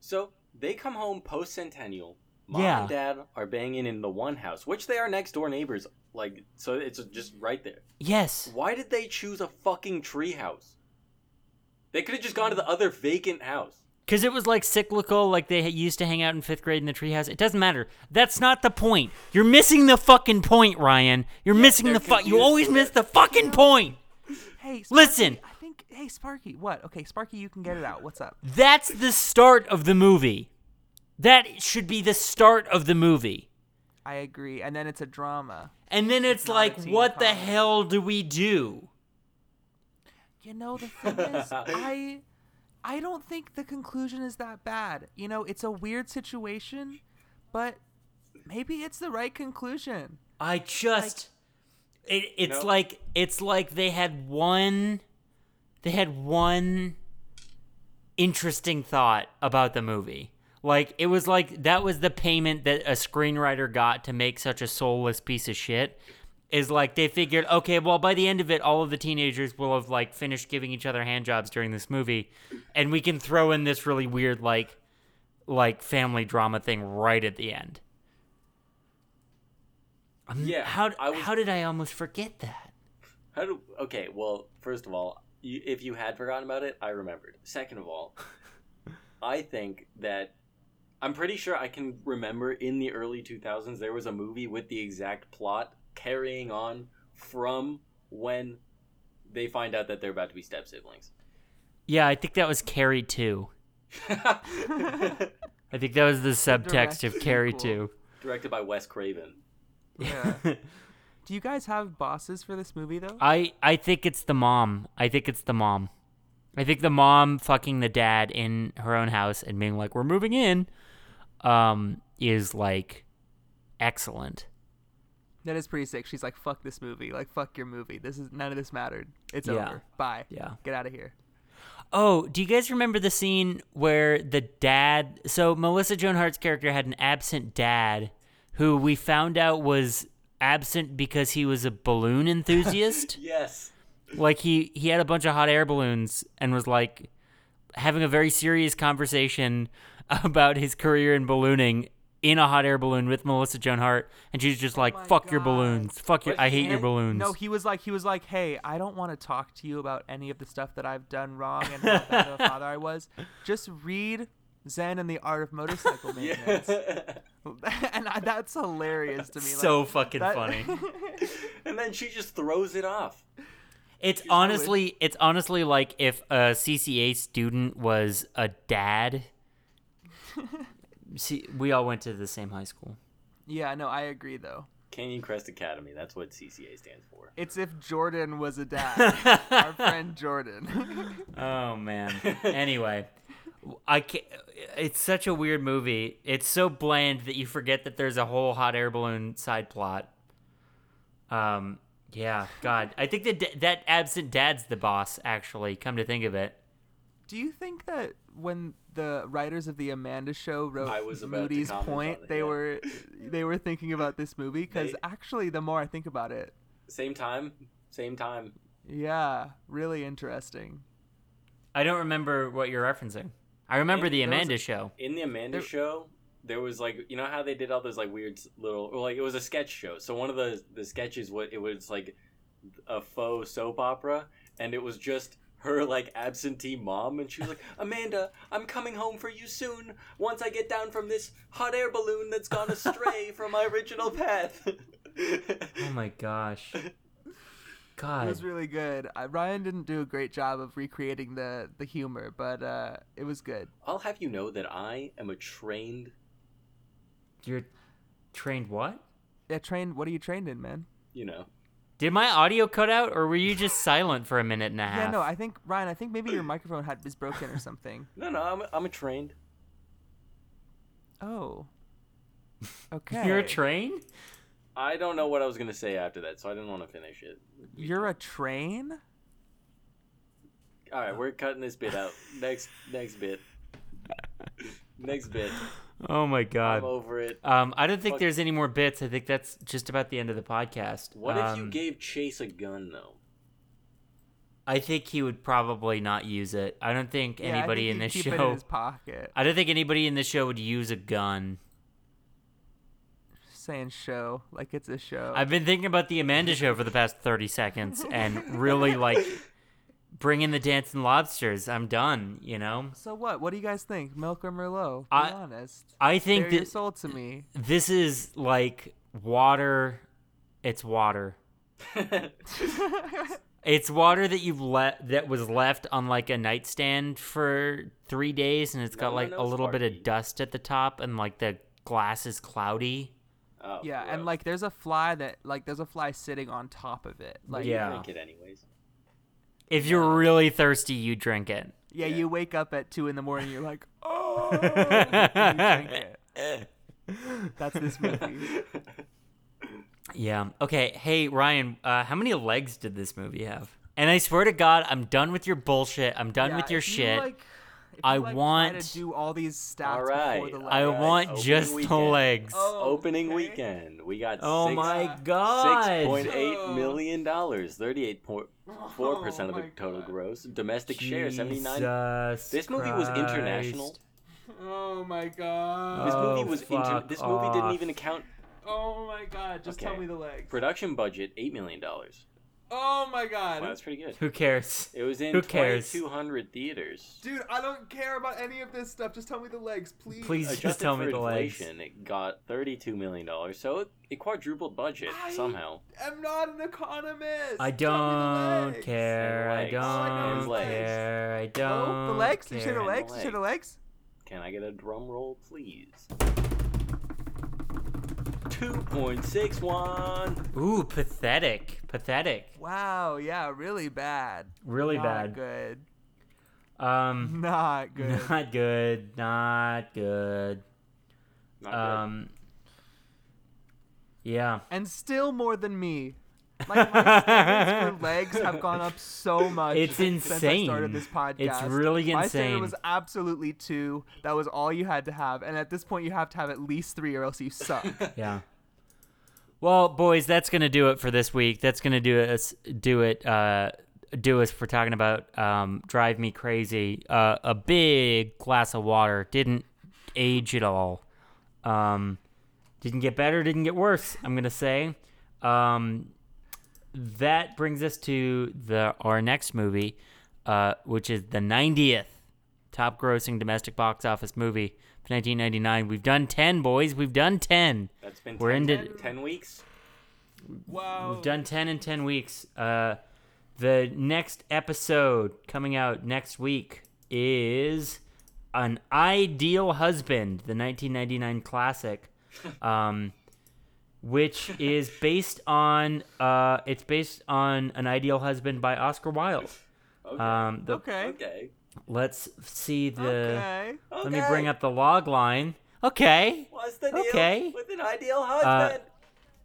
So they come home post centennial. Mom
Yeah.
and dad are banging in the one house, which they are next door neighbors. Like, so it's just right there.
yes
Why did they choose a fucking treehouse? They could have just gone to the other vacant house.
Because it was like cyclical, like they ha- used to hang out in fifth grade in the treehouse. It doesn't matter. That's not the point. You're missing the fucking point, Ryan. You're missing
they're
the fuck. You
confused
always
with
miss
it.
the fucking point.
hey Sparky,
Listen.
i think hey sparky what okay sparky you can get it out what's up
That's the start of the movie. That should be the start of the movie.
I agree. And then it's a drama.
And then it's
not a
like,
teen
what the
comedy.
hell do we do?
You know, the thing is, I I don't think the conclusion is that bad. You know, it's a weird situation, but maybe it's the right conclusion.
I just it, it's
No.
like it's like they had one they had one interesting thought about the movie. Like it was like that was the payment that a screenwriter got to make such a soulless piece of shit. Is like they figured, okay, well by the end of it all of the teenagers will have like finished giving each other hand jobs during this movie and we can throw in this really weird like like family drama thing right at the end. Um,
Yeah,
How
I was-
how did I almost forget that?
How do? Okay, well, first of all, you, if you had forgotten about it, I remembered. Second of all, I think that I'm pretty sure I can remember in the early 2000s there was a movie with the exact plot carrying on from when they find out that they're about to be step siblings.
Yeah, I think that was Carrie 2. I think that was the subtext of
direct
Carrie
sequel.
2.
Directed by Wes Craven.
Yeah. Do you guys have bosses for this movie though?
I I think it's the mom. I think it's the mom. I think the mom fucking the dad in her own house and being like, "We're moving in," um, is like excellent.
That is pretty sick. She's like, "Fuck this movie. Like, fuck your movie. This is none of this mattered. It's
Yeah.
over. Bye.
Yeah.
Get out of here."
Oh, do you guys remember the scene where the dad? So Melissa Joan Hart's character had an absent dad, who we found out was absent because he was a balloon enthusiast.
Yes.
like he he had a bunch of hot air balloons and was like having a very serious conversation about his career in ballooning in a hot air balloon with Melissa Joan Hart and she's just like
Oh my
fuck your
God.
balloons fuck your
But
I hate
he-
your balloons
No, he was like, he was like, "Hey, I don't want to talk to you about any of the stuff that I've done wrong and how bad of a father I was. Just read Zen and the Art of Motorcycle Maintenance." and I, that's hilarious to me. like,
so fucking
that-
funny
and then she just throws it off.
it's honestly it's honestly like if a CCA student was a dad see we all went to the same high school
yeah, no, I agree though.
Canyon Crest Academy. That's what CCA stands for.
It's if Jordan was a dad, our friend Jordan.
Oh man. anyway, I can It's such a weird movie. It's so bland that you forget that there's a whole hot air balloon side plot. Um. Yeah. God. I think that da- that absent dad's the boss. Actually, come to think of it.
Do you think that when the writers of the Amanda Show wrote
I was about to
Moody's
comment
Point,
on it,
they
yeah.
were they were thinking about this movie? Because
They-
actually, the more I think about it,
Same time, same time.
yeah, really interesting.
I don't remember what you're referencing. I remember
It-
the
there was
Amanda
a-
show.
In the Amanda
There-
show, there was like you know how they did all those like weird s- little or like it was a sketch show. So one of the the sketches what it was like a faux soap opera and it was just her like absentee mom and she was like, "Amanda, I'm coming home for you soon once I get down from this hot air balloon that's gone astray from my original path."
Oh my gosh.
It
God.
was really good. I, Ryan didn't do a great job of recreating the the humor, but uh, it was good.
I'll have you know that I am a trained
You're trained what?
Yeah, trained. What are you trained in, man?
you know.
Did my audio cut out, or were you just silent for a minute and a half?
Yeah, no, I think Ryan. I think maybe your microphone had is broken or something.
No, no, I'm a, I'm a trained.
Oh. Okay.
You're trained.
I don't know what I was gonna say after that, so I didn't want to finish it.
You're a train.
All
Uh,
right, we're cutting this bit out. Next, next bit. Next bit.
Oh my god.
I'm over it.
Um, I don't think
Fuck.
there's any more bits. I think that's just about the end of the podcast.
What if you
Um,
gave Chase a gun though?
I think he would probably not use it. I don't think
Yeah, I
anybody
think
in
he'd
this
keep it in
show.
his pocket.
I don't think anybody in this show would use a gun.
saying show like it's a show.
I've been thinking about the Amanda show for the past thirty seconds, and really like bringing the dancing lobsters. I'm done. You know.
so what? What do you guys think? Milk or Merlot? Be
I-
honest.
I think
They're your
that
soul to me.
this is like water. It's water. It's water that you've let that was left on like a nightstand for three days, and it's got
No, no,
like
no,
a little bit
Sparky.
of dust at the top, and like the glass is cloudy.
Oh,
yeah,
gross.
and like there's a fly that like there's a fly sitting on top of it. Like
Yeah.
yeah,
drink it anyways.
If you're really thirsty, you drink it.
Yeah.
you wake up at two in the morning, you're like, oh, and you drink it. That's this movie.
Yeah. Okay. Hey Ryan, uh, how many legs did this movie have? And I swear to God, I'm done with your bullshit. I'm done
Yeah,
with your
if you,
shit.
like- if you,
I
like, try
want-
to do all these stats
All right.
before the
I
I
letter.
guys,
want
open
just the
weekend.
legs. Oh,
Opening
okay.
weekend, we got six-
my God.
Six point eight million dollars, thirty-eight point four percent of the
Oh. my
total
God.
gross domestic share, seventy-nine.
Jesus
This movie was international.
Christ.
Oh my god.
This movie
Oh,
was inter-
fuck
This movie didn't
off.
even account
Oh my god. Just
Okay.
tell me the legs.
production budget eight million dollars.
Oh my god.
Wow, that's pretty good.
Who cares?
It was in
Who cares?
2,200 theaters.
Dude, I don't care about any of this stuff. Just tell me the legs, please.
Please
Adjusted
just tell
for
me the legs.
inflation, it got 32 million dollars, so it, it quadrupled budget
I-
somehow.
I'm not an economist.
I
Tell me the
don't
legs.
care. I
legs. Oh,
I know
don't
the legs.
care. I don't.
Oh, the legs? You
Care.
say the legs?
The
You say the legs?
Can I get a drum roll, please? 2.61.
Ooh, pathetic. Pathetic.
Wow, yeah, really bad.
Really
not
bad.
good.
Um,
Not good.
not good. Not good.
Not good.
Um, yeah.
and still more than me. Like my standards for legs have gone up so much.
It's
Since I
insane.
started this
It's
podcast.
really
My standard
insane.
was absolutely two. That was all you had to have, and at this point, you have to have at least three, or else you suck.
Yeah. Well, boys, that's gonna do it for this week. That's gonna do us do it uh, do us for talking about um, drive me crazy. Uh, a big glass of water didn't age at all. Um, didn't get better. Didn't get worse. I'm gonna say. Um, that brings us to the our next movie, uh, which is the 90th top grossing domestic box office movie of 1999. We've done 10, boys. We've done 10.
That's been
we're
10,
into-
10 weeks.
wow.
We've done 10 in 10 weeks. Uh, the next episode coming out next week is An Ideal Husband, the 1999 classic. Um, which is based on uh, it's based on an ideal husband by Oscar Wilde.
Okay.
Um, the,
Okay.
okay.
Let's see the.
Okay.
Let me bring up the log line. Okay.
What's the
deal Okay. Uh, with
an ideal
husband?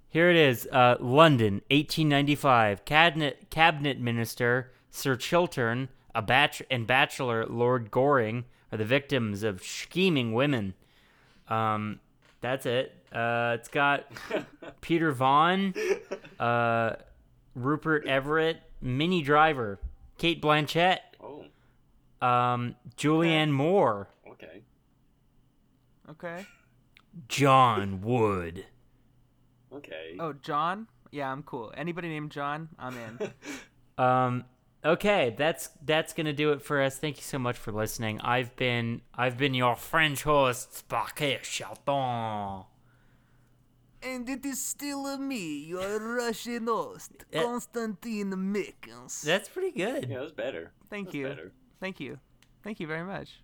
Here it is. Uh, London, 1895. Cabinet Cabinet Minister Sir Chiltern, a batch and bachelor Lord Goring are the victims of scheming women. Um, that's it. Uh, it's got Peter Vaughn, uh, Rupert Everett, Minnie Driver, Kate Blanchett,
oh,
um, Julianne Moore,
okay.
Okay.
John Wood.
Okay.
Oh, John. Yeah, I'm cool. Anybody named John, I'm in.
Um, okay, that's that's gonna do it for us. Thank you so much for listening. I've been I've been your French host, Sparky Charton.
and it is still me, your Russian host,
Eh.
Konstantin Mikens.
That's pretty good.
Yeah, that was better.
Thank
That's
you.
better.
Thank you. Thank you very much.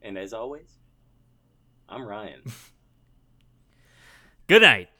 And as always, I'm Ryan.
Good night.